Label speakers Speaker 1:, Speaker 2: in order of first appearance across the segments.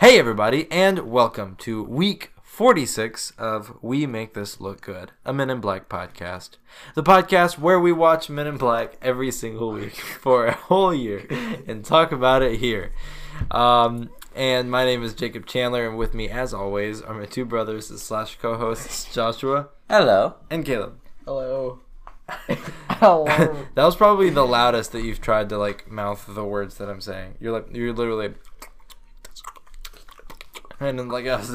Speaker 1: Hey, everybody, and welcome to week 46 of We Make This Look Good, a Men in Black podcast. The podcast where we watch Men in Black every single week for a whole year and talk about it here. Um, and my name is Jacob Chandler, and with me, as always, are my two brothers slash co hosts, Joshua
Speaker 2: Hello.
Speaker 1: and Caleb.
Speaker 3: Hello.
Speaker 2: Hello.
Speaker 1: That was probably the loudest that you've tried to like mouth the words that I'm saying. You're like you're literally and then like us.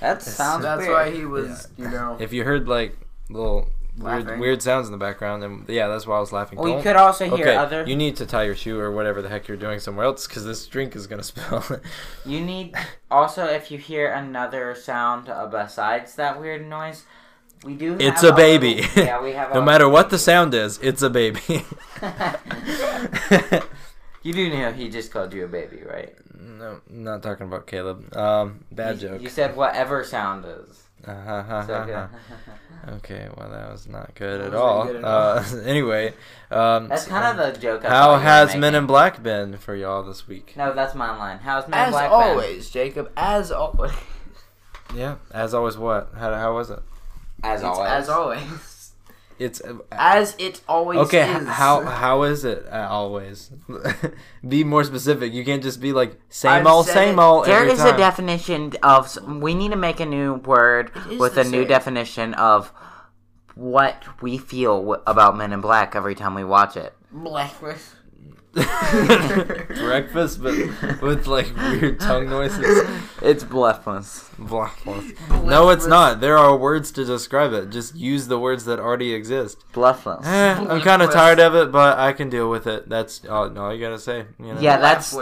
Speaker 2: That sounds
Speaker 3: That's
Speaker 2: weird.
Speaker 3: why he was, you know.
Speaker 1: if you heard like little weird,
Speaker 3: Laughing.
Speaker 1: weird sounds in the background, and yeah, that's why I was laughing.
Speaker 2: we
Speaker 1: Don't-
Speaker 2: could also hear
Speaker 1: okay,
Speaker 2: other.
Speaker 1: you
Speaker 2: You,
Speaker 1: need to tie your shoe or whatever the heck you're doing somewhere else because this drink is gonna spill.
Speaker 2: need also if you hear another sound uh, besides that weird noise. We do. Have
Speaker 1: It's a baby.
Speaker 2: yeah, we have.
Speaker 1: no
Speaker 2: a-
Speaker 1: matter what the sound is, it's a baby.
Speaker 2: you do know he just called you a baby, right?
Speaker 1: no, I'm not talking about Caleb. Um, bad
Speaker 2: you,
Speaker 1: joke.
Speaker 2: You said whatever sound is.
Speaker 1: Uh, ha, ha,
Speaker 2: So,
Speaker 1: ha,
Speaker 2: yeah.
Speaker 1: ha. Okay, well that was not good at
Speaker 3: That wasn't
Speaker 1: all.
Speaker 3: good
Speaker 1: Uh,
Speaker 3: at
Speaker 1: anyway, um,
Speaker 2: That's kind of the joke. I
Speaker 1: how
Speaker 2: thought you were
Speaker 1: has Men in
Speaker 2: making.
Speaker 1: Black been for y'all this week?
Speaker 2: No, that's my line. How's Men in
Speaker 3: As
Speaker 2: Black? been?
Speaker 3: always, Jacob. As always.
Speaker 1: Yeah, as always. What? How, how was it?
Speaker 2: As
Speaker 3: It's
Speaker 2: always.
Speaker 3: As always.
Speaker 1: It's uh,
Speaker 3: As it always
Speaker 1: okay.
Speaker 3: is.
Speaker 1: h- How how is it uh, always? be more specific. You can't just be like same
Speaker 3: I've
Speaker 1: old,
Speaker 3: said
Speaker 1: same
Speaker 3: it.
Speaker 1: old.
Speaker 2: There
Speaker 1: every
Speaker 2: is
Speaker 1: time.
Speaker 2: a definition of. s- We need to make a new word
Speaker 3: is
Speaker 2: with
Speaker 3: the
Speaker 2: a new
Speaker 3: same.
Speaker 2: definition of what we feel w- about Men in Black every time we watch it.
Speaker 3: Blackness.
Speaker 1: breakfast, but with like weird tongue noises.
Speaker 2: It's bluffness.
Speaker 1: Blah, blah. No, it's not. There are words to describe it. Just use the words that already exist.
Speaker 2: Bluffness.
Speaker 1: Eh, I'm kind of tired of it, but I can deal with it. That's all, all you gotta say. You know?
Speaker 2: Yeah, that's
Speaker 3: Bluffness.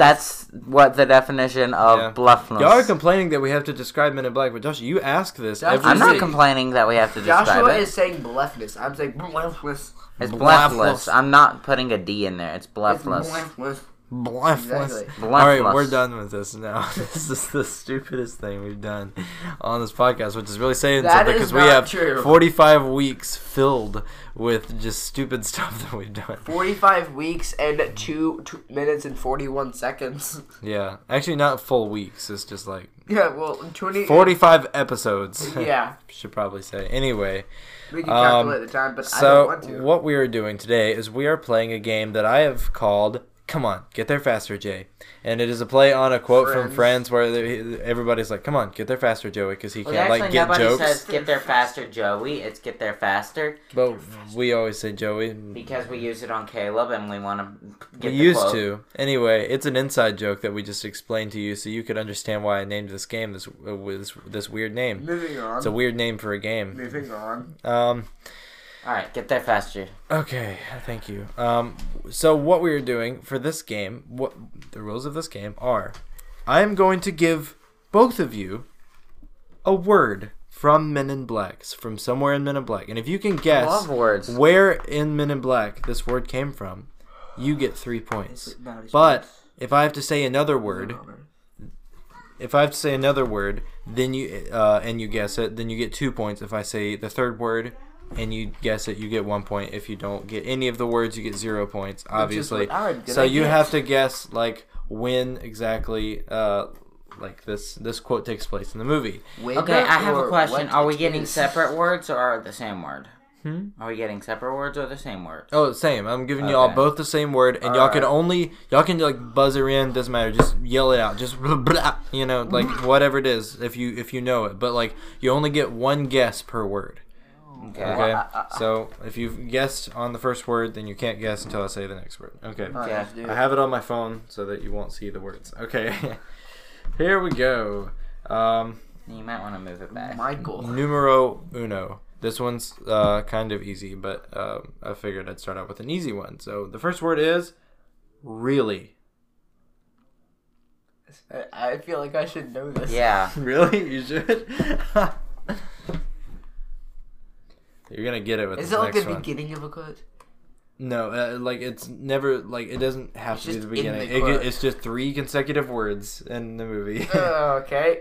Speaker 2: that's what the definition of
Speaker 1: Yeah.
Speaker 2: bluffness.
Speaker 1: Y'all are complaining that we have to describe Men in Black, but Josh, you ask this
Speaker 3: Josh,
Speaker 1: every
Speaker 2: I'm not
Speaker 1: week.
Speaker 2: complaining that we have to describe
Speaker 3: Joshua
Speaker 2: it.
Speaker 3: is saying bluffness. I'm saying bluffness.
Speaker 2: it's
Speaker 1: bluffless.
Speaker 2: bluffless. I'm not putting a D in there. It's
Speaker 3: It's
Speaker 2: bluffless.
Speaker 3: bluffness.
Speaker 1: Bluffless.
Speaker 3: Exactly.
Speaker 1: All right,
Speaker 2: Bluffless.
Speaker 1: we're done with this now. this is the stupidest thing we've done on this podcast, which is really saying
Speaker 3: That
Speaker 1: something
Speaker 3: is
Speaker 1: because we
Speaker 3: not
Speaker 1: have
Speaker 3: true.
Speaker 1: 45 weeks filled with just stupid stuff that we've done.
Speaker 3: 45 weeks and 2, two minutes and 41 seconds.
Speaker 1: Yeah, actually, not full weeks. It's just like
Speaker 3: Yeah, well, 20.
Speaker 1: 45 episodes.
Speaker 3: Yeah,
Speaker 1: should probably say. Anyway.
Speaker 3: we can
Speaker 1: Um,
Speaker 3: calculate the time, but I don't
Speaker 1: So
Speaker 3: want to.
Speaker 1: what we are doing today is we are playing a game that I have called "Come on, get there faster, Jay," and it is a play on a quote from
Speaker 3: Friends.
Speaker 1: Friends where they- everybody's like, "Come on, get there faster, Joey," because he
Speaker 2: Well,
Speaker 1: can't
Speaker 2: actually,
Speaker 1: like get
Speaker 2: nobody
Speaker 1: jokes.
Speaker 2: says get there faster, Joey. It's get there faster.
Speaker 1: but we always say Joey.
Speaker 2: Because we use it on Caleb and we want to get
Speaker 1: We
Speaker 2: the
Speaker 1: used
Speaker 2: quote.
Speaker 1: to. Anyway, it's an inside joke that we just explained to you so you could understand why I named this game this uh, this, this weird name.
Speaker 3: Moving on.
Speaker 1: It's a weird name for a game.
Speaker 3: Moving on.
Speaker 1: Um,
Speaker 2: All right, get there faster.
Speaker 1: Okay, thank you. Um, so what we are doing for this game, what the rules of this game are, I am going to give both of you a word from Men in Blacks, from somewhere in Men in Black, and if you can guess
Speaker 2: Love words.
Speaker 1: where in Men in Black this word came from, you get three points. But if I have to say another word, if I have to say another word, then you uh, and you guess it, then you get two points. If I say the third word and you guess it, you get one point. If you don't get any of the words, you get zero points. Obviously,
Speaker 3: what I'm gonna
Speaker 1: so you
Speaker 3: get.
Speaker 1: have to guess like when exactly uh, like this this quote takes place in the movie.
Speaker 2: Okay, I have a question. Are we getting separate words or are the same word? Hmm? Are we getting separate words or the same word?
Speaker 1: Oh, same. I'm giving y'all
Speaker 2: Okay.
Speaker 1: both the same word, and y'all can
Speaker 2: Alright.
Speaker 1: only y'all can like buzzer in. Doesn't matter. Just yell it out. Just blah, blah, you know, like whatever it is, if you if you know it. But like you only get one guess per word.
Speaker 2: Okay.
Speaker 1: Okay. So if you've guessed on the first word, then you can't guess until I say the next word. Okay.
Speaker 2: Yeah.
Speaker 1: I have it on my phone so that you won't see the words. Okay. Here we go. Um,
Speaker 2: You might want to move it back.
Speaker 3: Michael.
Speaker 1: numero uno. This one's uh, kind of easy, but um I figured I'd start out with an easy one. So the first word is really.
Speaker 3: I- I feel like I should know this.
Speaker 2: Yeah.
Speaker 1: Really? You should. You're gonna get it with
Speaker 3: Is
Speaker 1: this
Speaker 3: it like
Speaker 1: next
Speaker 3: the
Speaker 1: one.
Speaker 3: beginning of a quote?
Speaker 1: No, uh, like it's never like it doesn't have
Speaker 3: It's
Speaker 1: to be
Speaker 3: just
Speaker 1: the
Speaker 3: in the
Speaker 1: beginning. It ge-
Speaker 3: quote. Uh,
Speaker 1: it's just three consecutive words in the movie.
Speaker 3: okay.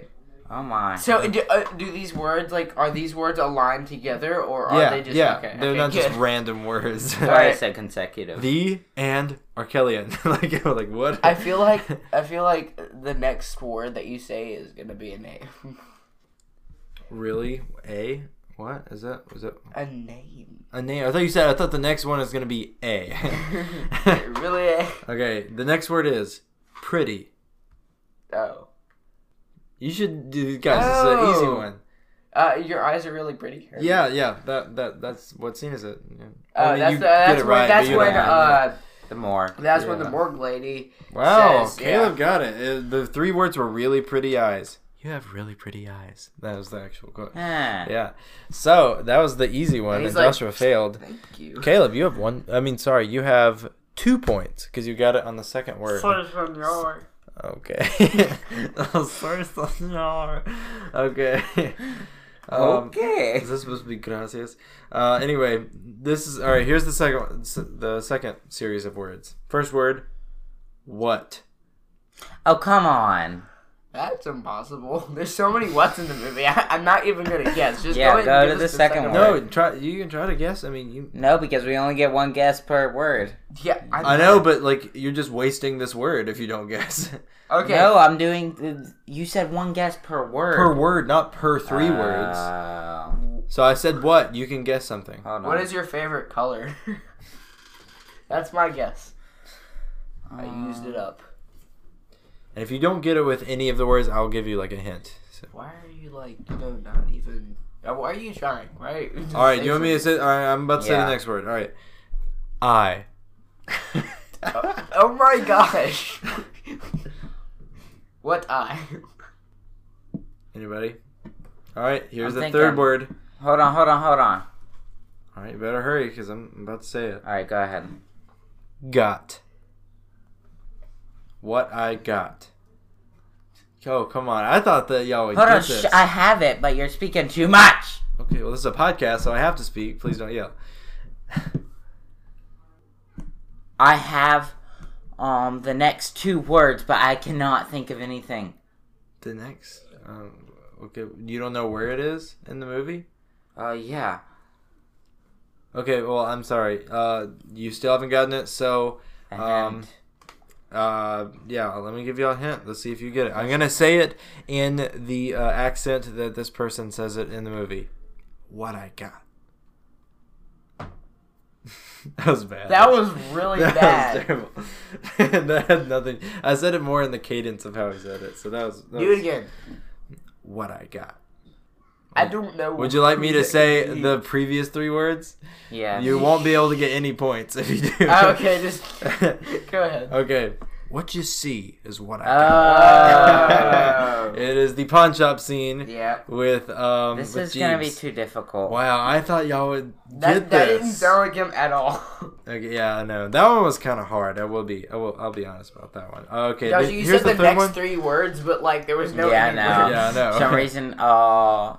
Speaker 2: Oh my.
Speaker 3: So do, uh, do these words like are these words aligned together or are
Speaker 1: yeah,
Speaker 3: they just
Speaker 1: yeah.
Speaker 3: okay?
Speaker 1: They're
Speaker 3: okay,
Speaker 1: not just
Speaker 3: good.
Speaker 1: random words.
Speaker 2: That's why I said consecutive.
Speaker 1: the and Arkelian. like, like what?
Speaker 3: I feel like I feel like the next word that you say is gonna be a name.
Speaker 1: really a what is that? Was it
Speaker 3: A name.
Speaker 1: a name? I thought you said. I thought the next one is gonna be a.
Speaker 3: It really? is.
Speaker 1: okay, the next word is pretty.
Speaker 3: Oh.
Speaker 1: You should do guys. This is an easy
Speaker 3: Oh.
Speaker 1: one.
Speaker 3: Uh, your eyes are really pretty.
Speaker 1: Yeah, yeah. That that that's what scene is it? Yeah.
Speaker 3: Oh,
Speaker 1: I mean,
Speaker 3: that's
Speaker 1: you
Speaker 3: the,
Speaker 1: get
Speaker 3: that's
Speaker 1: it
Speaker 3: when
Speaker 1: right, but
Speaker 3: that's
Speaker 1: you don't
Speaker 3: when
Speaker 1: have it.
Speaker 3: uh
Speaker 2: the more.
Speaker 3: that's when
Speaker 1: Yeah.
Speaker 3: the morgue lady.
Speaker 1: Wow,
Speaker 3: says,
Speaker 1: Caleb got it. It- The three words were really pretty eyes. You have really pretty eyes. That was the actual quote.
Speaker 2: Eh.
Speaker 1: Yeah. So that was the easy one,
Speaker 3: And
Speaker 1: and,
Speaker 3: he's like,
Speaker 1: Joshua failed.
Speaker 3: Thank you.
Speaker 1: Caleb, you have one. I mean, sorry, you have two points because you got it on the second word. Okay. Oh, First on your. Okay. Um,
Speaker 2: Okay.
Speaker 1: Is this supposed to be gracias? Uh, anyway, this is all right. Here's the second, one- s- the second series of words. First word, what?
Speaker 2: Oh come on.
Speaker 3: That's impossible. There's so many what's in the movie. I, I'm not even gonna guess. Just
Speaker 2: Yeah,
Speaker 3: go, ahead
Speaker 2: go
Speaker 3: and
Speaker 2: to
Speaker 3: give
Speaker 2: the
Speaker 3: us
Speaker 2: second one.
Speaker 1: No, try. You can try to guess. I mean, you.
Speaker 2: No, because we only get one guess per word.
Speaker 3: Yeah,
Speaker 1: I know, but like you're just wasting this word if you don't guess
Speaker 3: Okay.
Speaker 2: No, I'm doing. th- You said one guess per word.
Speaker 1: per word, not per three words.
Speaker 2: Oh.
Speaker 1: So I said what? You can guess something.
Speaker 2: Hold on.
Speaker 3: What is your favorite color? That's my guess. I used it
Speaker 2: Uh,
Speaker 3: up.
Speaker 1: And if you don't get it with any of the words, I'll give you like a hint. So-
Speaker 3: Why are you like you know not even? uh, Why are you trying? Right.
Speaker 1: All right, you want me to say? All right, I'm about to say
Speaker 2: Yeah.
Speaker 1: the next word. All right, I.
Speaker 3: Oh my gosh. what I?
Speaker 1: Anybody? All right, here's
Speaker 2: I'm
Speaker 1: the
Speaker 2: thinking.
Speaker 1: third word.
Speaker 2: Hold on, hold on, hold on.
Speaker 1: All right, you better hurry because I'm about to say it.
Speaker 2: All right, go ahead.
Speaker 1: Got. What I got. Oh come on! I thought that y'all would
Speaker 2: Hold
Speaker 1: get
Speaker 2: on,
Speaker 1: this.
Speaker 2: sh- I have it, but you're speaking too much.
Speaker 1: Okay, well this is a podcast, so I have to speak. Please don't yell.
Speaker 2: I have um the next two words, but I cannot think of anything.
Speaker 1: The next. Um, okay, you don't know where it is in the movie.
Speaker 2: Uh, yeah.
Speaker 1: Okay, well I'm sorry. Uh, you still haven't gotten it, so
Speaker 2: And
Speaker 1: Um, Uh, yeah, let me give you a hint. Let's see if you get it. I'm gonna say it in the uh, accent that this person says it in the movie. What I got. that was bad.
Speaker 3: That was really
Speaker 1: That was
Speaker 3: bad.
Speaker 1: terrible. that had nothing. I said it more in the cadence of how he said it. So that was, that
Speaker 3: Do it
Speaker 1: was
Speaker 3: again.
Speaker 1: what I got.
Speaker 3: I don't know.
Speaker 1: Would you like me to
Speaker 3: what
Speaker 1: say
Speaker 3: it is.
Speaker 1: the previous three words?
Speaker 2: yeah.
Speaker 1: You won't be able to get any points if you do.
Speaker 3: Oh, Okay, just go ahead.
Speaker 1: okay. What you see is what I got.
Speaker 2: Oh.
Speaker 1: it is the pawn shop scene
Speaker 3: Yeah.
Speaker 1: with um.
Speaker 2: this
Speaker 1: with
Speaker 2: is gonna be
Speaker 1: Jeeves.
Speaker 2: too difficult.
Speaker 1: Wow, I thought y'all would
Speaker 3: That,
Speaker 1: get
Speaker 3: that
Speaker 1: this.
Speaker 3: didn't sound like him at all.
Speaker 1: Okay, yeah, I know that one was kind of hard. I will be, I will, I'll be honest about that one. Okay,
Speaker 3: Josh,
Speaker 1: th-
Speaker 3: you
Speaker 1: here's
Speaker 3: said the,
Speaker 1: the third
Speaker 3: next
Speaker 1: one.
Speaker 3: three words, but like there was no.
Speaker 2: yeah, I
Speaker 3: any
Speaker 2: know.
Speaker 3: words.
Speaker 1: Yeah, I know.
Speaker 2: some reason, uh,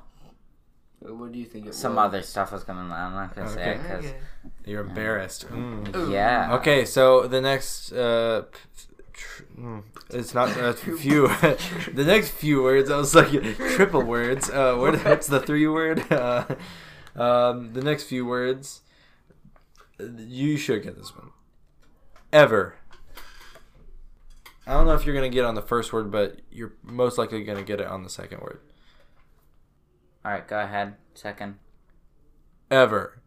Speaker 3: What do you think? It
Speaker 2: some
Speaker 3: was?
Speaker 2: other stuff was gonna. I'm not gonna say
Speaker 1: Okay.
Speaker 2: it because
Speaker 1: You're embarrassed. Mm.
Speaker 3: Ooh.
Speaker 2: yeah.
Speaker 1: Okay, so the next, uh, tr- mm, it's not uh, few. the next few words, I was like triple words. Uh, what, what's the three word? Uh, um, the next few words, you should get this one. Ever. I don't know if you're gonna get it on the first word, but you're most likely gonna get it on the second word.
Speaker 2: All right, go ahead. Second.
Speaker 1: Ever.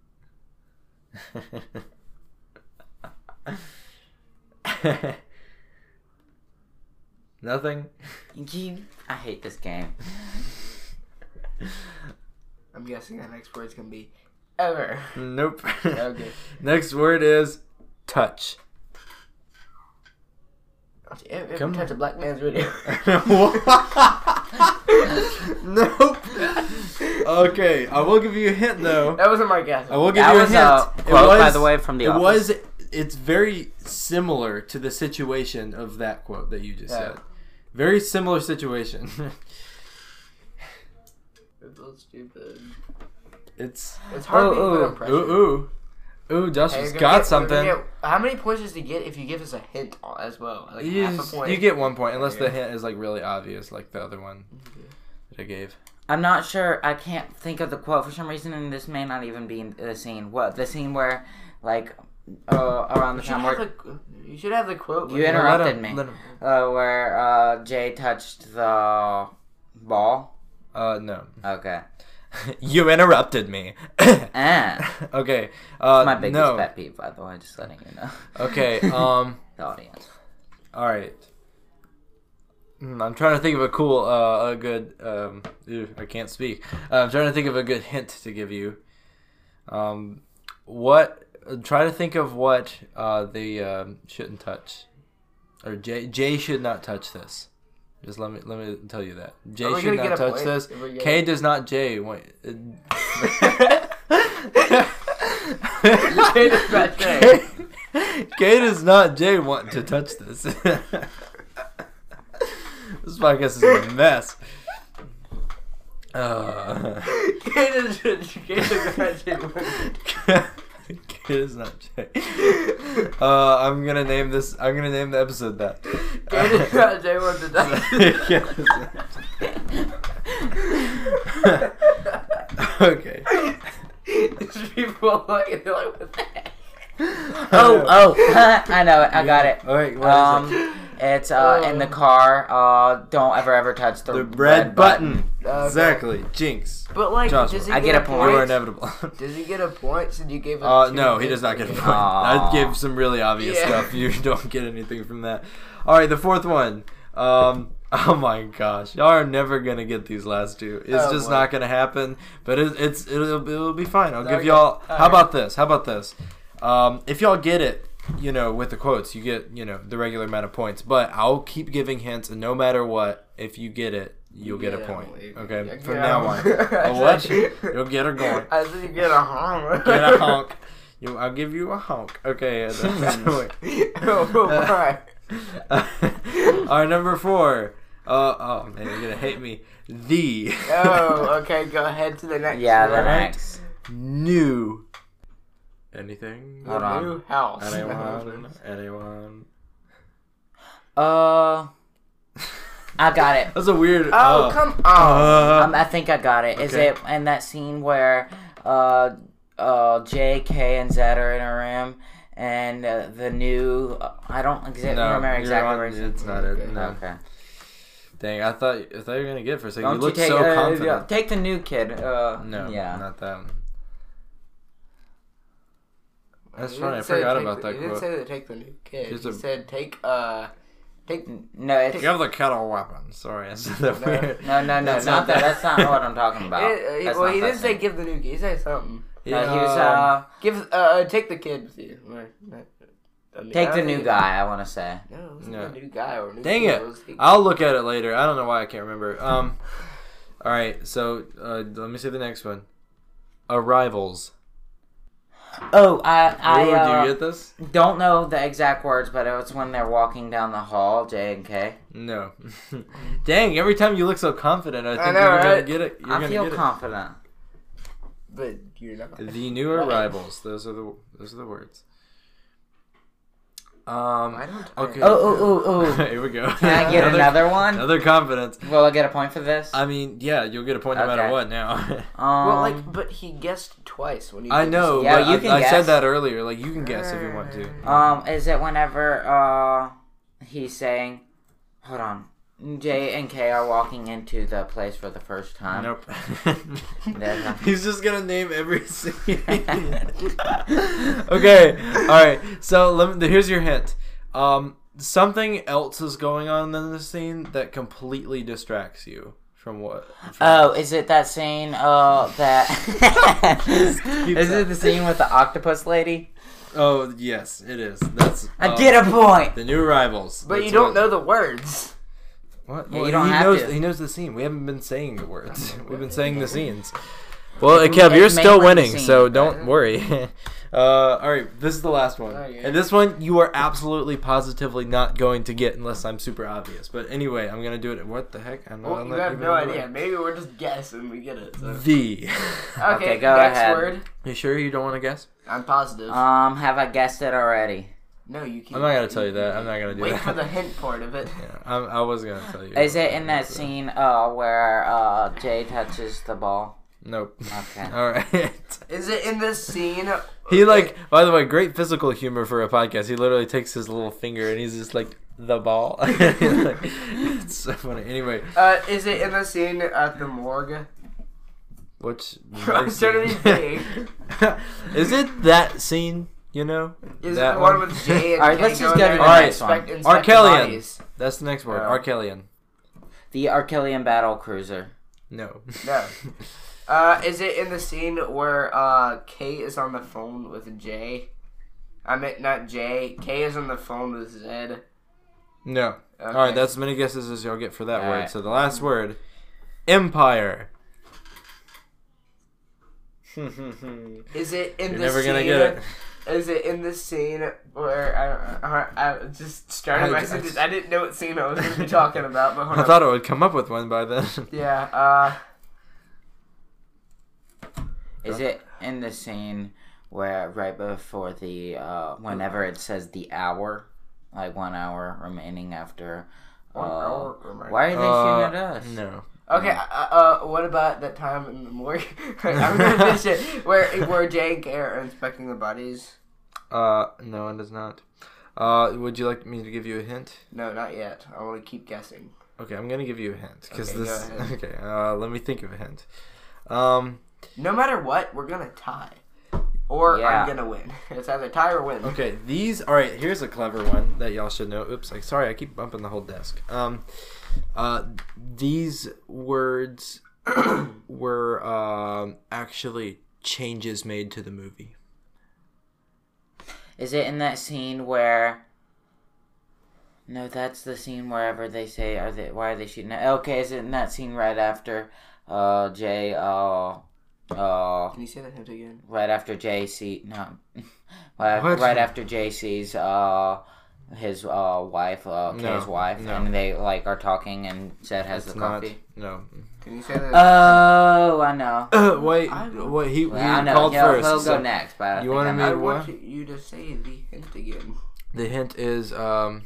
Speaker 1: Nothing.
Speaker 2: You- I hate this game.
Speaker 3: I'm guessing the next word's gonna be ever.
Speaker 1: Nope.
Speaker 3: Okay.
Speaker 1: Next word is touch.
Speaker 3: Ever
Speaker 1: Come
Speaker 3: touch
Speaker 1: on.
Speaker 3: a black man's radio.
Speaker 1: nope. Okay, I will give you a hint though.
Speaker 3: That wasn't my guess.
Speaker 1: I will give
Speaker 2: That
Speaker 1: you a
Speaker 2: was
Speaker 1: hint.
Speaker 2: a
Speaker 1: It
Speaker 2: quote,
Speaker 1: was-
Speaker 2: by the way, from The
Speaker 1: It
Speaker 2: Office.
Speaker 1: was. It's very similar to the situation of that quote that you just
Speaker 3: Yeah.
Speaker 1: said. Very similar situation.
Speaker 3: They're both stupid.
Speaker 1: it's.
Speaker 3: It's hard to put
Speaker 1: ooh,
Speaker 3: impression.
Speaker 1: ooh, ooh, ooh,
Speaker 3: Hey,
Speaker 1: Justin's
Speaker 3: you're gonna
Speaker 1: got
Speaker 3: get-
Speaker 1: something.
Speaker 3: you're gonna get- how many points does he get if you give us a hint a- as well? Like
Speaker 1: You,
Speaker 3: half a
Speaker 1: just-
Speaker 3: point.
Speaker 1: you get one point unless the
Speaker 3: Yeah.
Speaker 1: hint is like really obvious, like the other one. I gave.
Speaker 2: I'm not sure. I can't think of the quote for some reason, and this may not even be in the scene. What the scene where, like, uh, around the
Speaker 3: You should,
Speaker 2: time
Speaker 3: have
Speaker 2: where
Speaker 3: the, you should have the quote.
Speaker 2: You
Speaker 3: with-
Speaker 2: inter-
Speaker 1: Let
Speaker 2: Interrupted
Speaker 1: him-
Speaker 2: me.
Speaker 1: let him-
Speaker 2: uh, where uh, Jay touched the ball.
Speaker 1: uh, no.
Speaker 2: Okay.
Speaker 1: you interrupted me.
Speaker 2: And
Speaker 1: okay. Uh,
Speaker 2: my biggest
Speaker 1: no.
Speaker 2: pet peeve, by the way. Just letting you know.
Speaker 1: Okay. Um.
Speaker 2: the audience.
Speaker 1: All right. Mm, I'm trying to think of a cool, uh, a good. Um, ew, I can't speak. Uh, I'm trying to think of a good hint to give you. Um, what? Try to think of what uh, they um, shouldn't touch, or Jay Jay should not touch this. Just let me let me tell you that Jay
Speaker 3: we
Speaker 1: should
Speaker 3: gonna get
Speaker 1: not
Speaker 3: a
Speaker 1: touch
Speaker 3: point
Speaker 1: this.
Speaker 3: if we get
Speaker 1: K does not Jay. Wait, uh,
Speaker 3: Jay does not
Speaker 1: K,
Speaker 3: Jay.
Speaker 1: K does not Jay want to touch this. this podcast is a mess. Uh,
Speaker 3: Gator's- Gator's graduated.
Speaker 1: K does not Jay. Uh, I'm gonna name this. I'm gonna name the episode that.
Speaker 3: Gator's not Jay wants to
Speaker 1: K does not
Speaker 3: die.
Speaker 1: okay.
Speaker 3: These people like they're like what the heck?
Speaker 2: Oh, oh, I know it. I got it.
Speaker 1: All right. What is it?
Speaker 2: Um, it's uh, in the car. Uh, don't ever ever touch the,
Speaker 1: Oh. The red button.
Speaker 3: Okay.
Speaker 1: Exactly. Jinx.
Speaker 3: Uh, But like,
Speaker 1: Joshua.
Speaker 3: does he
Speaker 2: I get a
Speaker 1: You are
Speaker 2: Points?
Speaker 1: inevitable.
Speaker 3: Does he get a point since you gave him?
Speaker 1: Uh,
Speaker 3: two Ah.
Speaker 1: no, he
Speaker 3: hits
Speaker 1: does not get a
Speaker 3: again?
Speaker 1: point.
Speaker 2: Aw.
Speaker 1: I gave some really obvious
Speaker 3: Yeah.
Speaker 1: stuff. You don't get anything from that. All right, the fourth one. Um, oh my gosh, y'all are never gonna get these last two. It's
Speaker 3: Oh,
Speaker 1: just
Speaker 3: boy.
Speaker 1: not gonna happen. But it, it's it'll, it'll be fine. I'll give
Speaker 3: Okay.
Speaker 1: y'all.
Speaker 3: All
Speaker 1: How
Speaker 3: right.
Speaker 1: about this? How about this? Um, if y'all get it, you know, with the quotes, you get you know the regular amount of points. But I'll keep giving hints, and no matter what, if you get it, you'll get a
Speaker 3: Yeah,
Speaker 1: point.
Speaker 3: wait.
Speaker 1: Okay,
Speaker 3: Yeah,
Speaker 1: from
Speaker 3: yeah.
Speaker 1: now on,
Speaker 3: I
Speaker 1: I'll let
Speaker 3: said-
Speaker 1: you. You'll get her going.
Speaker 3: I said you get a honk.
Speaker 1: Get a honk. You, I'll give you a honk. Okay. uh,
Speaker 3: Hmm.
Speaker 1: that's-
Speaker 3: oh
Speaker 1: Uh,
Speaker 3: my!
Speaker 1: Our number four. Uh, oh man, you're gonna hate me. The
Speaker 3: Oh, okay. Go ahead to the next.
Speaker 2: Yeah, the
Speaker 3: one.
Speaker 2: next.
Speaker 1: new anything.
Speaker 2: Hold
Speaker 3: The
Speaker 2: on.
Speaker 3: new house.
Speaker 1: Anyone? Anyone?
Speaker 2: Uh, I got it.
Speaker 1: That's a weird.
Speaker 3: Oh
Speaker 1: uh,
Speaker 3: come on!
Speaker 1: uh,
Speaker 2: Um, I think I got it. Is
Speaker 1: Okay.
Speaker 2: it in that scene where uh, uh, J, K, and Z are in a room and uh, the new. uh, I don't exa-
Speaker 1: no,
Speaker 2: remember
Speaker 1: you're
Speaker 2: exactly
Speaker 1: on-
Speaker 2: where it's.
Speaker 1: it's not it.
Speaker 3: Okay.
Speaker 1: No.
Speaker 2: Okay.
Speaker 1: Dang, I thought I thought you were gonna get it for a second.
Speaker 2: Don't
Speaker 1: you
Speaker 2: you,
Speaker 1: look
Speaker 2: take,
Speaker 1: so
Speaker 2: uh,
Speaker 1: confident.
Speaker 2: yeah, take the new kid. Uh,
Speaker 1: No,
Speaker 2: Yeah.
Speaker 1: not that one. That's
Speaker 3: He
Speaker 1: funny. I
Speaker 3: didn't say
Speaker 1: forgot
Speaker 3: take
Speaker 1: about
Speaker 3: the-
Speaker 1: that
Speaker 3: He didn't
Speaker 1: quote.
Speaker 3: say to take the new kid.
Speaker 1: Here's
Speaker 3: he
Speaker 1: a-
Speaker 3: said take uh take.
Speaker 2: No, it's.
Speaker 1: Give the kettle weapon. Sorry, I said that
Speaker 3: No.
Speaker 1: weird.
Speaker 2: No, no, no,
Speaker 1: That's
Speaker 2: not
Speaker 1: not
Speaker 2: that.
Speaker 1: that.
Speaker 2: That's not what I'm talking about.
Speaker 3: Eh,
Speaker 2: That's
Speaker 3: well,
Speaker 2: not
Speaker 3: he
Speaker 2: that
Speaker 3: didn't say
Speaker 2: scene.
Speaker 3: give the new kid. He said something.
Speaker 2: No, he was, uh,
Speaker 3: Give uh, uh take the kid with you. Right. I mean, I
Speaker 2: take
Speaker 3: don't
Speaker 2: the
Speaker 3: think
Speaker 2: new
Speaker 3: it-
Speaker 2: guy, I want to say.
Speaker 3: No, it was
Speaker 1: No.
Speaker 3: the new guy or new
Speaker 1: Dang
Speaker 3: kid.
Speaker 1: it. Uh,
Speaker 3: was take-
Speaker 1: I'll look at it later. I don't know why I can't remember. Um, all right. So uh, let me see the next one. Arrivals.
Speaker 2: Oh, I. I
Speaker 1: Ooh,
Speaker 2: uh,
Speaker 1: do you get this?
Speaker 2: Don't know the exact words, but it was when they're walking down the hall, J and K.
Speaker 1: No. Dang! Every time you look so confident, I think
Speaker 3: know,
Speaker 1: you're gonna
Speaker 3: right?
Speaker 1: get it. You're
Speaker 2: I
Speaker 1: gonna
Speaker 2: feel
Speaker 1: get
Speaker 2: confident.
Speaker 3: But you're not.
Speaker 1: it. The new arrivals. Those are the those are the words. Um.
Speaker 3: Why don't I-
Speaker 1: okay.
Speaker 2: Oh, oh, oh, oh.
Speaker 1: Here we go.
Speaker 2: Can I get another one?
Speaker 1: Another confidence.
Speaker 2: Will I get a point for this?
Speaker 1: I mean, yeah, you'll get a point no
Speaker 2: Okay.
Speaker 1: matter what. Now.
Speaker 2: Um,
Speaker 3: Well, like, but he guessed twice when he.
Speaker 1: I
Speaker 3: did
Speaker 1: know,
Speaker 3: this.
Speaker 2: Yeah,
Speaker 1: but
Speaker 2: you
Speaker 1: I,
Speaker 2: can
Speaker 1: I
Speaker 2: guess.
Speaker 1: said that earlier. Like, you can guess if you want to.
Speaker 2: um, is it whenever uh he's saying, hold on, J and K are walking into the place for the first time.
Speaker 1: Nope.
Speaker 2: There's nothing.
Speaker 1: He's just gonna name every scene. okay, all right. So let me, here's your hint. Um, something else is going on in the scene that completely distracts you from what. From,
Speaker 2: Oh, is it that scene? Uh, that
Speaker 1: keep
Speaker 2: is
Speaker 1: that.
Speaker 2: it the scene with the octopus lady?
Speaker 1: oh yes, it is. That's. uh,
Speaker 2: I get a point.
Speaker 1: The new arrivals.
Speaker 3: But
Speaker 1: That's
Speaker 3: you don't
Speaker 1: what-
Speaker 3: know the words.
Speaker 1: What?
Speaker 2: Yeah,
Speaker 1: Well,
Speaker 2: you don't
Speaker 1: he
Speaker 2: have
Speaker 1: knows.
Speaker 2: to.
Speaker 1: He knows the scene. We haven't been saying the words. We've been saying the scenes. Well, Kev,
Speaker 2: It's
Speaker 1: you're still
Speaker 2: mainly
Speaker 1: winning,
Speaker 2: scenes,
Speaker 1: so
Speaker 2: but-
Speaker 1: don't worry. uh, all right, this is the last one,
Speaker 3: Okay.
Speaker 1: and this one you are absolutely positively not going to get unless I'm super obvious. But anyway, I'm gonna do it. What the heck? I'm not.
Speaker 3: Well,
Speaker 1: I'm
Speaker 3: Oh, you
Speaker 1: not
Speaker 3: have
Speaker 1: even
Speaker 3: no
Speaker 1: aware.
Speaker 3: idea. Maybe we're just guessing. We get it. So.
Speaker 1: The.
Speaker 3: Okay,
Speaker 2: go
Speaker 3: next
Speaker 2: ahead. Uh,
Speaker 3: word.
Speaker 1: you sure you don't want to guess?
Speaker 3: I'm positive.
Speaker 2: Um, have I guessed it already?
Speaker 3: No, you can't.
Speaker 1: I'm not gonna tell you that. I'm not gonna do
Speaker 3: Wait
Speaker 1: that.
Speaker 3: for the hint part of it.
Speaker 1: Yeah, I, I was gonna tell you.
Speaker 2: Is it in that scene uh, where uh, Jay touches the ball?
Speaker 1: Nope.
Speaker 2: Okay.
Speaker 1: All right.
Speaker 3: Is it in this scene?
Speaker 1: He like. By the way, great physical humor for a podcast. He literally takes his little finger and he's just like the ball. it's so funny. Anyway,
Speaker 3: Uh, is it in the scene at the morgue?
Speaker 1: which
Speaker 3: I'm starting to think.
Speaker 1: is it that scene? You know,
Speaker 3: Is
Speaker 1: That
Speaker 3: it the one,
Speaker 1: one.
Speaker 3: with Jay? And
Speaker 2: All right, let's
Speaker 3: Jay
Speaker 2: just
Speaker 3: go
Speaker 2: get
Speaker 3: in
Speaker 1: to the
Speaker 3: there and
Speaker 2: next one.
Speaker 3: inspect- inspect the
Speaker 1: Arkelian.
Speaker 3: bodies?
Speaker 1: that's the next word.
Speaker 3: Yeah.
Speaker 1: Arkelian.
Speaker 2: The Arkillian battle cruiser.
Speaker 1: No.
Speaker 3: No. Uh, is it in the scene where uh Kate is on the phone with Jay? I meant not Jay. Kay is on the phone with Zed.
Speaker 1: No. All
Speaker 3: Okay.
Speaker 1: right. That's as many guesses as you'll get for that
Speaker 2: All
Speaker 1: word.
Speaker 2: right.
Speaker 1: So the last word, empire.
Speaker 3: Is it in
Speaker 1: You're
Speaker 3: the
Speaker 1: never
Speaker 3: scene?
Speaker 1: gonna get it.
Speaker 3: Is it in the scene where I, I, I just started
Speaker 1: I-
Speaker 3: my
Speaker 1: I-
Speaker 3: sentence? I didn't know what scene I was going to be talking about, but hold
Speaker 1: I
Speaker 3: on.
Speaker 1: thought I would come up with one by then.
Speaker 3: yeah. Uh,
Speaker 2: Is it in the scene where right before the uh, whenever it says the hour, like one hour remaining after? Uh,
Speaker 3: one hour remaining.
Speaker 2: Why are they
Speaker 1: Uh,
Speaker 2: shooting at us?
Speaker 1: No.
Speaker 3: Okay.
Speaker 2: Uh-huh.
Speaker 3: Uh, uh, what about that time in the morgue? I'm going to finish it. Where where Jay and Kay are inspecting the bodies?
Speaker 1: Uh, no, it does not. Uh, would you like me to give you a hint?
Speaker 3: No, not yet. I want to keep guessing.
Speaker 1: Okay, I'm gonna give you a hint because
Speaker 3: Okay,
Speaker 1: this.
Speaker 3: go ahead.
Speaker 1: Okay, uh, let me think of a hint. Um,
Speaker 3: No matter what, we're gonna tie, or
Speaker 2: Yeah.
Speaker 3: I'm gonna win. It's either tie or win.
Speaker 1: okay, these. All right, here's a clever one that y'all should know. Oops, like sorry, I keep bumping the whole desk. Um, uh, these words were um actually changes made to the movie.
Speaker 2: Is it in that scene where? No, that's the scene wherever they say are they why are they shooting? At... Okay, is it in that scene right after uh Jay uh uh
Speaker 3: Can you say that hint again?
Speaker 2: right after Jay see no right,
Speaker 1: What?
Speaker 2: right after Jay sees uh his uh wife uh
Speaker 1: No,
Speaker 2: Kay's wife
Speaker 1: no.
Speaker 2: and they like are talking and Zed has
Speaker 1: It's
Speaker 2: the
Speaker 1: not.
Speaker 2: coffee.
Speaker 1: No.
Speaker 3: Can you say that?
Speaker 2: Oh, I know.
Speaker 1: Uh, wait,
Speaker 3: I will-
Speaker 1: wait. He, he
Speaker 2: Well, I know.
Speaker 1: called
Speaker 2: He'll,
Speaker 1: first.
Speaker 2: he'll
Speaker 1: so-
Speaker 2: go next, but I don't
Speaker 1: You
Speaker 2: think
Speaker 1: wanna
Speaker 2: I'm
Speaker 1: make-
Speaker 3: I
Speaker 2: out.
Speaker 3: want
Speaker 1: what?
Speaker 3: you- you to say the hint again.
Speaker 1: The hint is um,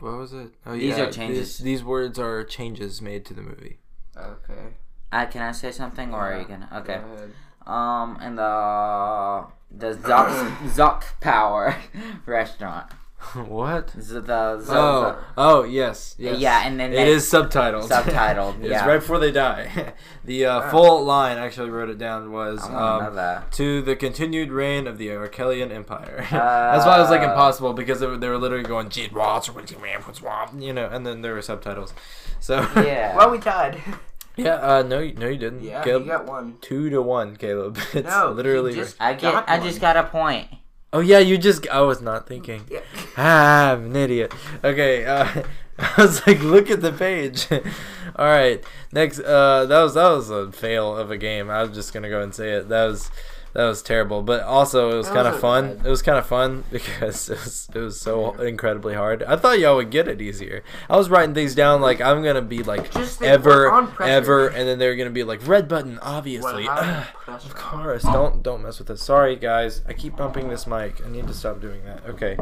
Speaker 1: what was it? Oh,
Speaker 2: These
Speaker 1: yeah,
Speaker 2: are changes.
Speaker 1: These, these words are changes made to the movie.
Speaker 3: Okay.
Speaker 2: I Uh, can I say something or are you gonna okay?
Speaker 3: Go ahead.
Speaker 2: Um, and the the Zuck Zuck Power restaurant.
Speaker 1: what?
Speaker 2: Z- the, Z-
Speaker 1: Oh, oh yes, yes.
Speaker 2: Yeah, and then
Speaker 1: it
Speaker 2: they-
Speaker 1: is subtitled.
Speaker 2: Subtitled,
Speaker 1: it's
Speaker 2: yeah.
Speaker 1: right before they die. the uh, full line I actually wrote it down was
Speaker 2: the, I wanna know
Speaker 1: um,
Speaker 2: that.
Speaker 1: to the continued reign of the Arkelian Empire. That's why it was like
Speaker 2: Uh.
Speaker 1: impossible because they were, they were literally going Jid Ross or Winty Ram what's wrong?" you know, and then there were subtitles. So
Speaker 2: Yeah.
Speaker 3: Well, we tied.
Speaker 1: yeah. Uh, no, you- no, you didn't.
Speaker 3: Yeah,
Speaker 1: Caleb,
Speaker 3: you got one.
Speaker 1: two to one, Caleb. It's
Speaker 3: No, he
Speaker 1: literally.
Speaker 3: just-
Speaker 2: I get.
Speaker 3: got
Speaker 2: I
Speaker 3: one.
Speaker 2: just got a point.
Speaker 1: Oh yeah, you just. I was not thinking.
Speaker 3: Yeah.
Speaker 1: Ah, I'm an idiot. Okay, uh, I was like, look at the page. All right, next. Uh, that was that was a fail of a game. I was just gonna go and say it. That was that was terrible. But also, it was
Speaker 3: That
Speaker 1: kind of
Speaker 3: wasn't
Speaker 1: fun.
Speaker 3: bad.
Speaker 1: It was kind of fun because it was it was so incredibly hard. I thought y'all would get it easier. I was writing things down like I'm gonna be like
Speaker 3: Just think we're
Speaker 1: ever
Speaker 3: on pressure.
Speaker 1: ever, and then they were gonna be like red button obviously.
Speaker 3: Well, I'm
Speaker 1: Ugh.
Speaker 3: impressed.
Speaker 1: Of course, don't don't mess with us. Sorry guys, I keep bumping this mic. I need to stop doing that. Okay.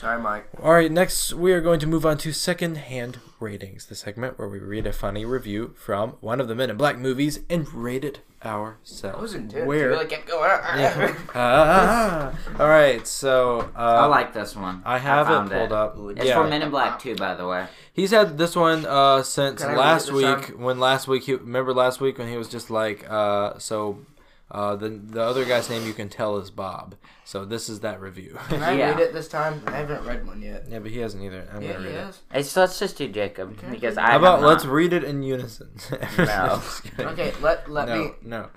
Speaker 3: Sorry, Mike.
Speaker 1: All right, next we are going to move on to second-hand ratings, the segment where we read a funny review from one of the Men in Black movies and rate it ourselves.
Speaker 3: That was intense.
Speaker 1: Where?
Speaker 3: You really kept going.
Speaker 1: Yeah. Ah. all right, so uh,
Speaker 2: I like this one.
Speaker 1: I have it
Speaker 2: found
Speaker 1: pulled up.
Speaker 2: It's
Speaker 1: yeah,
Speaker 2: for Men in Black too, by the way.
Speaker 1: he's had this one uh, since
Speaker 3: Can I read
Speaker 1: last
Speaker 3: it this
Speaker 1: week. When last week, he, remember last week when he was just like, uh, so uh, the the other guy's name you can tell is Bob. So this is that review.
Speaker 3: Can I
Speaker 2: Yeah.
Speaker 3: read it this time? I haven't read one yet.
Speaker 1: yeah, but he hasn't either. I'm
Speaker 3: Yeah,
Speaker 1: gonna
Speaker 3: he
Speaker 1: read it.
Speaker 3: is.
Speaker 2: It's let's just do Jacob because I.
Speaker 1: How
Speaker 2: have
Speaker 1: about
Speaker 2: not.
Speaker 1: let's read it in unison?
Speaker 2: No.
Speaker 1: Just kidding.
Speaker 3: Okay, let let
Speaker 1: no,
Speaker 3: me.
Speaker 1: no.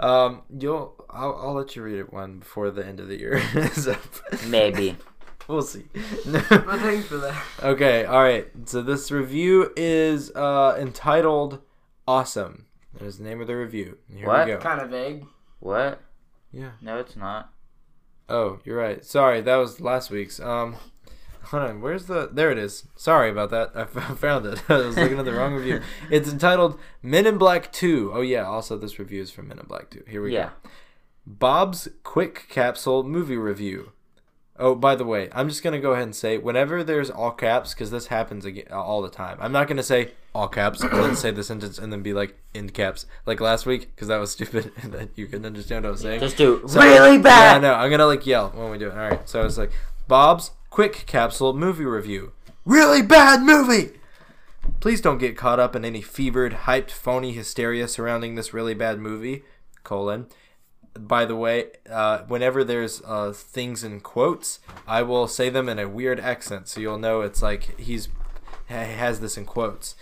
Speaker 1: Um, you'll. I'll, I'll let you read it one before the end of the year is up.
Speaker 2: Maybe.
Speaker 1: We'll see.
Speaker 3: Well, thanks for that.
Speaker 1: okay. All right. So this review is uh, entitled "Awesome." That is the name of the review. Here
Speaker 2: What?
Speaker 1: we go.
Speaker 3: Kind of vague.
Speaker 2: What?
Speaker 1: Yeah.
Speaker 2: No, it's not.
Speaker 1: Oh, you're right. Sorry, that was last week's. Um, hold on. Where's the? There it is. Sorry about that. I f- found it. I was looking at the wrong review. It's entitled "Men in Black 2. Oh yeah. Also, this review is from Men in Black Two. Here we
Speaker 2: Yeah.
Speaker 1: go. Bob's quick capsule movie review. Oh, by the way, I'm just gonna go ahead and say whenever there's all caps, because this happens again, all the time. I'm not gonna say all caps and then say the sentence and then be like in caps like last week because that was stupid and then you couldn't understand what I was saying.
Speaker 2: Just do
Speaker 1: So-
Speaker 2: really bad.
Speaker 1: Yeah, I know. I'm gonna like yell when we do it. All right. So it's like Bob's quick capsule movie review. Really bad movie. Please don't get caught up in any fevered, hyped, phony hysteria surrounding this really bad movie. Colon. By the way, uh, whenever there's uh, things in quotes, I will say them in a weird accent, so you'll know it's like he's he has this in quotes.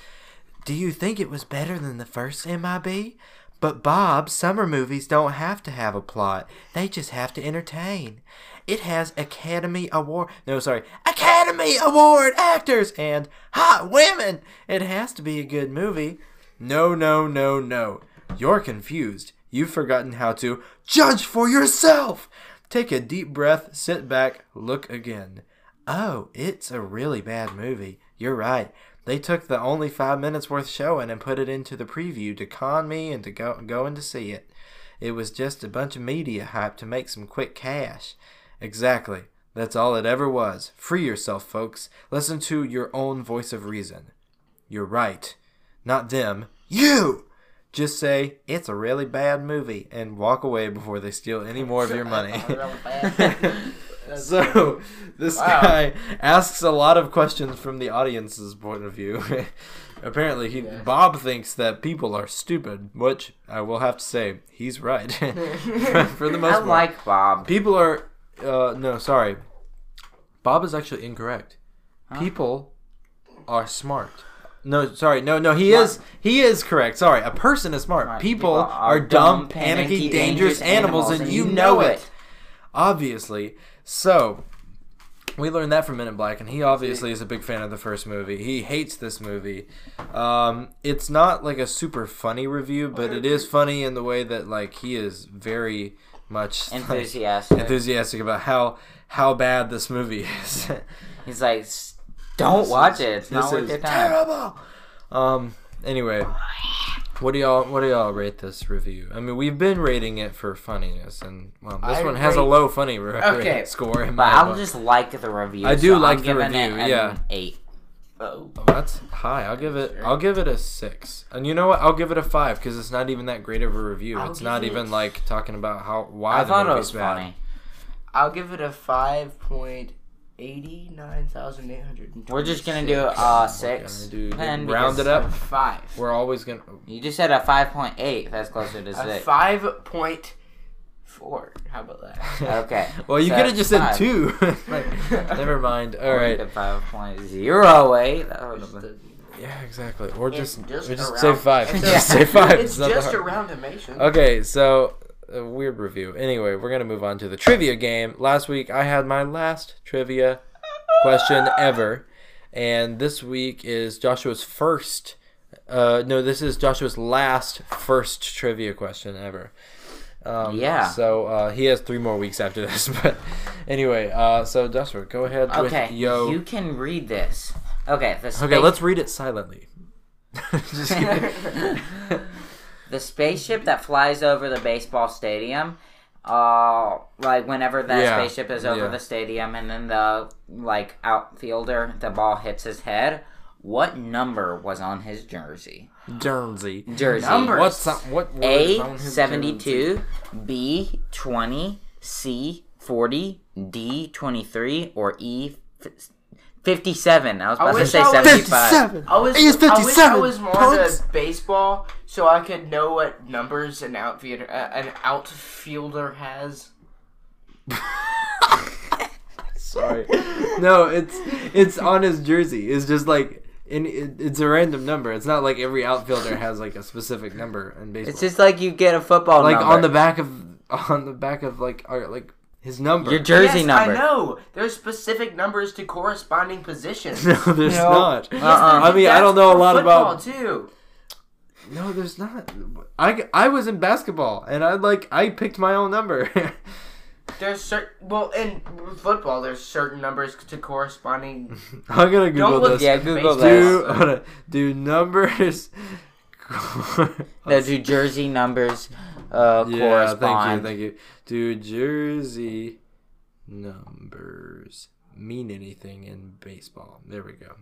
Speaker 1: Do you think it was better than the first MIB? But Bob, summer movies don't have to have a plot. They just have to entertain. It has Academy Award no sorry, Academy Award actors and hot women. It has to be a good movie. No no no no. You're confused. You've forgotten how to judge for yourself. Take a deep breath, sit back, look again. Oh, it's a really bad movie. You're right. They took the only five minutes worth showing and put it into the preview to con me and to go going to see it. It was just a bunch of media hype to make some quick cash. Exactly. That's all it ever was. Free yourself, folks. Listen to your own voice of reason. You're right. Not them. You! Just say, it's a really bad movie, and walk away before they steal any more of your money. so this
Speaker 3: Wow.
Speaker 1: guy asks a lot of questions from the audience's point of view. Apparently, he, Bob thinks that people are stupid, which I will have to say he's right for the most
Speaker 2: I
Speaker 1: part.
Speaker 2: like Bob.
Speaker 1: people are uh, no, sorry, Bob is actually incorrect. People are smart. No, sorry, no, no. He is he is correct. Sorry, a person is smart. People, are, dumb, panicky, dangerous, animals, and you know it obviously. So we learned that from Men in Black, and he obviously is a big fan of the first movie. He hates this movie. Um, it's not like a super funny review, but it is funny in the way that like he is very much like,
Speaker 2: Enthusiastic.
Speaker 1: enthusiastic about how how bad this movie is.
Speaker 2: He's like, "S- don't watch it. It's
Speaker 1: this
Speaker 2: not worth
Speaker 1: is
Speaker 2: your time.
Speaker 1: terrible. Um. Anyway, what do y'all what do y'all rate this review? I mean, we've been rating it for funniness, and well, this
Speaker 3: I
Speaker 1: one has a
Speaker 3: rate-
Speaker 1: low funny re-
Speaker 3: Okay.
Speaker 1: score. In
Speaker 2: But
Speaker 1: my
Speaker 2: I'll
Speaker 1: book.
Speaker 2: just like the review.
Speaker 1: I do
Speaker 2: so
Speaker 1: like the
Speaker 2: I'm giving
Speaker 1: review,
Speaker 2: It an
Speaker 1: yeah.
Speaker 2: Eight.
Speaker 3: Oh.
Speaker 1: Oh, that's high. I'll give it. I'll give it a six. And you know what? I'll give it a five because it's not even that great of a review.
Speaker 3: I'll
Speaker 1: it's
Speaker 3: give
Speaker 1: not
Speaker 3: it-
Speaker 1: even like talking about how why
Speaker 2: I
Speaker 1: the
Speaker 2: thought it
Speaker 1: movie's
Speaker 2: was
Speaker 1: bad.
Speaker 2: funny.
Speaker 3: I'll give it a five point eighty nine thousand eight hundred.
Speaker 2: We're just gonna do uh six.
Speaker 1: do-
Speaker 2: then,
Speaker 1: round it
Speaker 2: because
Speaker 1: up.
Speaker 3: five.
Speaker 1: We're always gonna.
Speaker 2: You just said a five point eight. That's closer to
Speaker 3: A
Speaker 2: six.
Speaker 3: five point four. How about that?
Speaker 2: Okay.
Speaker 1: Well, you
Speaker 2: so
Speaker 1: could have just said
Speaker 2: five.
Speaker 1: two. Like, never mind. All right.
Speaker 2: Five point zero eight. That would have been.
Speaker 1: Yeah, exactly. Or just,
Speaker 3: just
Speaker 1: or just
Speaker 3: a
Speaker 1: say
Speaker 3: round-
Speaker 1: five.
Speaker 3: It's
Speaker 1: Just
Speaker 2: just-
Speaker 1: say five.
Speaker 3: It's
Speaker 1: not that
Speaker 3: just
Speaker 1: hard.
Speaker 3: a roundimation.
Speaker 1: Okay, so a weird review. Anyway, we're gonna move on to the trivia game. Last week I had my last trivia question ever, and this week is Joshua's first. Uh, no, this is Joshua's last first trivia question ever. Um,
Speaker 2: Yeah.
Speaker 1: So uh, he has three more weeks after this, but anyway, uh, so Joshua, go ahead
Speaker 2: Okay.
Speaker 1: with yo.
Speaker 2: You can read this. Okay. The
Speaker 1: Okay,
Speaker 2: space-
Speaker 1: let's read it silently. Just kidding.
Speaker 2: the spaceship that flies over the baseball stadium uh like whenever that
Speaker 1: Yeah,
Speaker 2: spaceship is over
Speaker 1: yeah.
Speaker 2: the stadium and then the like outfielder the ball hits his head what number was on his jersey
Speaker 1: Jernsey.
Speaker 2: jersey
Speaker 3: Number.
Speaker 1: What's up- what word is on
Speaker 2: a
Speaker 1: his
Speaker 2: 72 b 20 c 40 d 23 or e f- 57 i was about to
Speaker 3: wish
Speaker 2: say
Speaker 3: I was-
Speaker 2: 75
Speaker 3: I was,
Speaker 1: He is
Speaker 3: I wish I
Speaker 1: 57,
Speaker 3: was more
Speaker 1: punks.
Speaker 3: into baseball so I could know what numbers an outfielder uh, an outfielder has.
Speaker 1: Sorry. No, it's it's on his jersey. It's just like in, it, it's a random number. It's not like every outfielder has like a specific number in baseball.
Speaker 2: it's just like you get a football
Speaker 1: like
Speaker 2: number.
Speaker 1: on the back of on the back of like our, like his number.
Speaker 2: your jersey
Speaker 3: yes,
Speaker 2: number
Speaker 3: I know. There's specific numbers to corresponding positions.
Speaker 1: no, there's
Speaker 2: No.
Speaker 1: not.
Speaker 2: Uh-uh.
Speaker 1: I mean, I don't know a lot
Speaker 3: football,
Speaker 1: about.
Speaker 3: too.
Speaker 1: No, there's not. I, I was in basketball and I like I picked my own number.
Speaker 3: There's certain well in football. There's certain numbers to corresponding.
Speaker 1: I'm gonna Google
Speaker 3: Don't look
Speaker 1: this.
Speaker 2: Yeah, Google
Speaker 1: do
Speaker 2: this.
Speaker 1: hold on. do numbers.
Speaker 2: that do jersey numbers uh,
Speaker 1: Yeah,
Speaker 2: correspond.
Speaker 1: thank you, thank you. Do jersey numbers mean anything in baseball? There we go.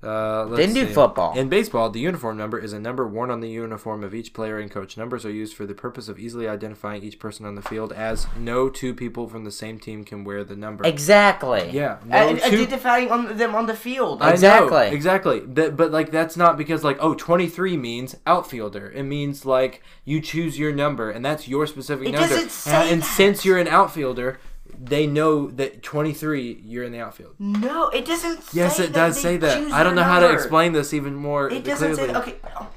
Speaker 1: Uh, let's
Speaker 2: Didn't do
Speaker 1: see.
Speaker 2: football.
Speaker 1: In baseball, the uniform number is a number worn on the uniform of each player and coach. Numbers are used for the purpose of easily identifying each person on the field, as no two people from the same team can wear the number.
Speaker 2: Exactly.
Speaker 1: yeah, no
Speaker 2: Uh,
Speaker 3: And
Speaker 1: two.
Speaker 3: identifying uh, on them on the field.
Speaker 1: I know,
Speaker 2: Exactly.
Speaker 1: exactly. That, but like, that's not because like, oh, 23 means outfielder. It means like you choose your number, and that's your specific
Speaker 3: It
Speaker 1: number.
Speaker 3: doesn't say
Speaker 1: and, and
Speaker 3: that.
Speaker 1: since you're an outfielder, they know that 23, you're in the outfield.
Speaker 3: no, it doesn't.
Speaker 1: Yes,
Speaker 3: say
Speaker 1: it does
Speaker 3: they
Speaker 1: say that.
Speaker 3: choose
Speaker 1: I don't know
Speaker 3: their
Speaker 1: how to
Speaker 3: number.
Speaker 1: explain this even more
Speaker 3: It
Speaker 1: clearly.
Speaker 3: doesn't say. Okay. oh,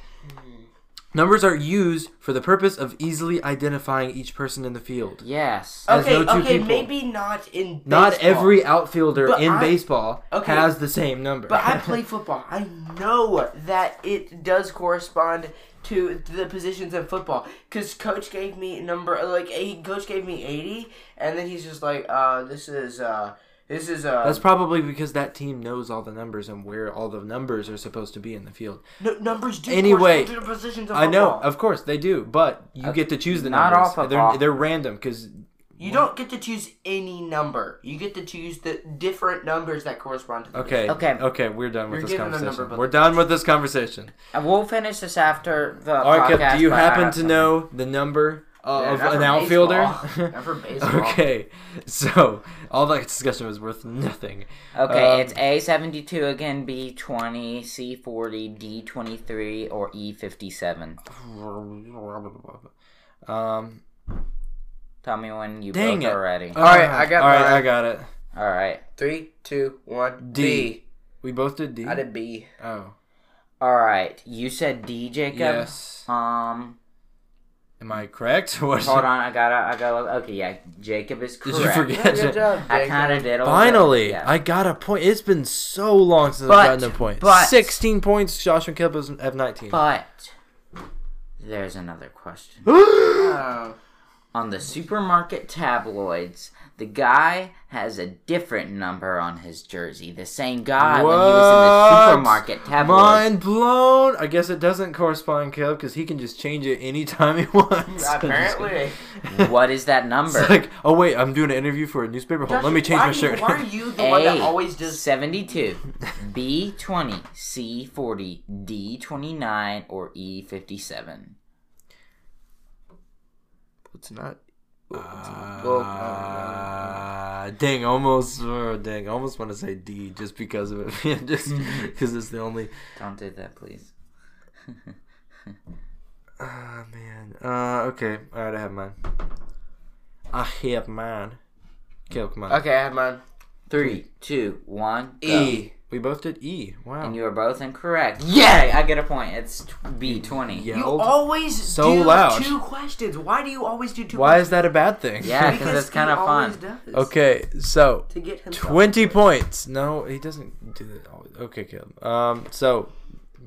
Speaker 1: Numbers are used for the purpose of easily identifying each person in the field.
Speaker 2: Yes.
Speaker 1: As
Speaker 3: Okay.
Speaker 1: no two
Speaker 3: okay.
Speaker 1: people.
Speaker 3: Maybe not in. Baseball.
Speaker 1: Not every outfielder
Speaker 3: But
Speaker 1: in
Speaker 3: I-
Speaker 1: baseball
Speaker 3: Okay.
Speaker 1: has the same number.
Speaker 3: But I play football. I know that it does correspond to the positions in football. Cause coach gave me number like he coach gave me eighty, and then he's just like, uh, this is uh, this is uh,
Speaker 1: That's probably because that team knows all the numbers and where all the numbers are supposed to be in the field.
Speaker 3: n- numbers do
Speaker 1: Anyway,
Speaker 3: correspond to the positions of
Speaker 1: I know,
Speaker 3: football.
Speaker 1: of course they do, but you get to choose the
Speaker 2: not
Speaker 1: numbers.
Speaker 2: all football.
Speaker 1: they're they're random because
Speaker 3: You don't get to choose any number. You get to choose the different numbers that correspond to the
Speaker 1: okay,
Speaker 2: Okay.
Speaker 1: okay, we're done with
Speaker 3: You're
Speaker 1: this
Speaker 3: giving them
Speaker 1: conversation.
Speaker 3: number, but-
Speaker 1: we're done with this conversation.
Speaker 2: And Uh, we'll finish this after the
Speaker 1: All right,
Speaker 2: podcast.
Speaker 1: Kip, do you
Speaker 2: but I
Speaker 1: happen
Speaker 2: have
Speaker 1: to
Speaker 2: something.
Speaker 1: know the number uh,
Speaker 3: Yeah,
Speaker 1: of an
Speaker 3: not for baseball.
Speaker 1: outfielder?
Speaker 3: Not for baseball.
Speaker 1: okay, so all that discussion was worth nothing.
Speaker 2: Okay,
Speaker 1: Um,
Speaker 2: it's A seventy two again, B twenty, C forty, D twenty three, or E fifty seven.
Speaker 1: Um,
Speaker 2: Tell me when you
Speaker 1: Dang
Speaker 2: both
Speaker 1: it.
Speaker 2: are ready.
Speaker 1: all
Speaker 3: right, I got
Speaker 1: All right,
Speaker 3: mine.
Speaker 1: I got it.
Speaker 2: All right,
Speaker 3: Three, two, one.
Speaker 1: D.
Speaker 3: B.
Speaker 1: We both did D.
Speaker 3: I did B.
Speaker 1: Oh,
Speaker 2: all right. You said D, Jacob.
Speaker 1: yes.
Speaker 2: Um,
Speaker 1: Am I correct? What?
Speaker 2: hold on. I gotta. I gotta. Okay, yeah. Jacob is
Speaker 1: Did
Speaker 2: correct.
Speaker 1: you forget?
Speaker 3: Good
Speaker 1: it?
Speaker 3: job,
Speaker 2: I
Speaker 3: Jacob.
Speaker 2: kind of did. a little bit,
Speaker 1: Finally,
Speaker 2: yeah.
Speaker 1: I got a point. It's been so long since
Speaker 2: But-
Speaker 1: I've gotten a point.
Speaker 2: but-
Speaker 1: 16 points. Josh and Kip is- have 19.
Speaker 2: But there's another question.
Speaker 3: Oh.
Speaker 2: On the supermarket tabloids, the guy has a different number on his jersey. The same guy when he was in
Speaker 1: What?
Speaker 2: the supermarket tabloids.
Speaker 1: Mind blown. I guess it doesn't correspond, Kip, because he can just change it anytime he wants.
Speaker 3: Apparently.
Speaker 2: What is that
Speaker 1: It's
Speaker 2: number?
Speaker 1: like, oh wait, I'm doing an interview for a newspaper. Hold, on, let me change
Speaker 3: why
Speaker 1: my
Speaker 3: do-
Speaker 1: shirt.
Speaker 3: Why are you the one that
Speaker 2: A
Speaker 3: always does?
Speaker 2: seventy two, B twenty, C forty, D twenty nine, or E fifty seven.
Speaker 3: It's not. Oh,
Speaker 1: Uh, dang, almost, uh, dang, almost want to say D just because of it, just because it's the only.
Speaker 2: Don't do that, please.
Speaker 1: Ah man. Uh, okay. All right, I have mine. I have mine. Kill, come on.
Speaker 3: Okay, I have mine.
Speaker 2: Three, two, one, go.
Speaker 3: E.
Speaker 1: Oh, We both did E. Wow.
Speaker 2: And you are both incorrect. Yay! I get a point. It's t- B twenty.
Speaker 3: You
Speaker 1: Yelled.
Speaker 3: always
Speaker 1: So
Speaker 3: do
Speaker 1: loud.
Speaker 3: two questions. Why do you always do two?
Speaker 1: Why
Speaker 3: questions?
Speaker 1: is that a bad thing?
Speaker 2: Yeah, because it's
Speaker 3: he
Speaker 2: kind of
Speaker 3: always
Speaker 2: fun.
Speaker 3: does.
Speaker 1: Okay, so
Speaker 3: To get himself.
Speaker 1: twenty points. No, he doesn't do that. Always. Okay, Caleb. Um, so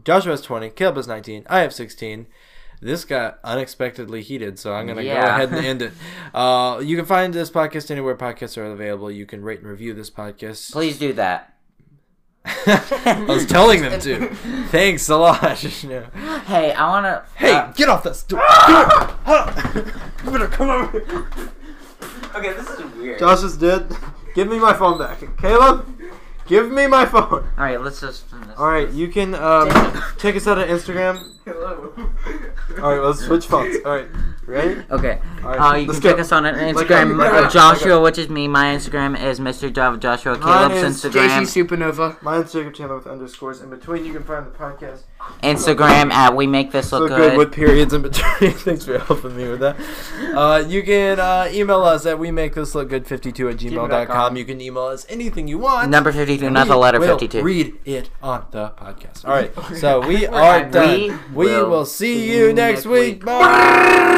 Speaker 1: Joshua has twenty. Caleb has nineteen. I have sixteen. This got unexpectedly heated, so I'm gonna go
Speaker 2: Yeah.
Speaker 1: ahead and end it. Uh, you can find this podcast anywhere podcasts are available. You can rate and review this podcast.
Speaker 2: Please do that.
Speaker 1: I was telling them to. Thanks, Solange. No.
Speaker 2: Hey, I wanna.
Speaker 1: Hey,
Speaker 2: uh,
Speaker 1: get off that stool. Come here.
Speaker 2: Ah.
Speaker 1: Huh. You better come over. here.
Speaker 3: Okay, this is weird.
Speaker 1: Josh is dead. Give me my phone back. Caleb, give me my phone.
Speaker 2: all right, let's just. Finish.
Speaker 1: All right, you can um, check us out on Instagram.
Speaker 3: Hello.
Speaker 1: All right, let's switch phones. All right, ready?
Speaker 2: Okay.
Speaker 1: right,
Speaker 2: uh, you
Speaker 1: let's
Speaker 2: can check
Speaker 1: go.
Speaker 2: us on an
Speaker 1: Let's go.
Speaker 2: Instagram,
Speaker 1: Let's go.
Speaker 2: uh, Joshua, which is me. My Instagram is Mr. Java Joshua.
Speaker 1: Mine
Speaker 2: Caleb's
Speaker 1: is
Speaker 2: Instagram,
Speaker 3: Supernova.
Speaker 1: My Instagram channel with underscores in between. You can find the podcast.
Speaker 2: Instagram at We Make This Look
Speaker 1: so good.
Speaker 2: Good.
Speaker 1: with periods in between. Thanks for helping me with that. Uh, you can uh, email us at we make this look good 52 at gmail.com. You can email us anything you want.
Speaker 2: Number fifty-two, not the
Speaker 1: We
Speaker 2: letter
Speaker 1: will
Speaker 2: fifty-two.
Speaker 1: Read it on the podcast. All right. So we are
Speaker 2: We
Speaker 1: done. We will,
Speaker 2: will
Speaker 1: see you next
Speaker 2: next week.
Speaker 1: week. Bye.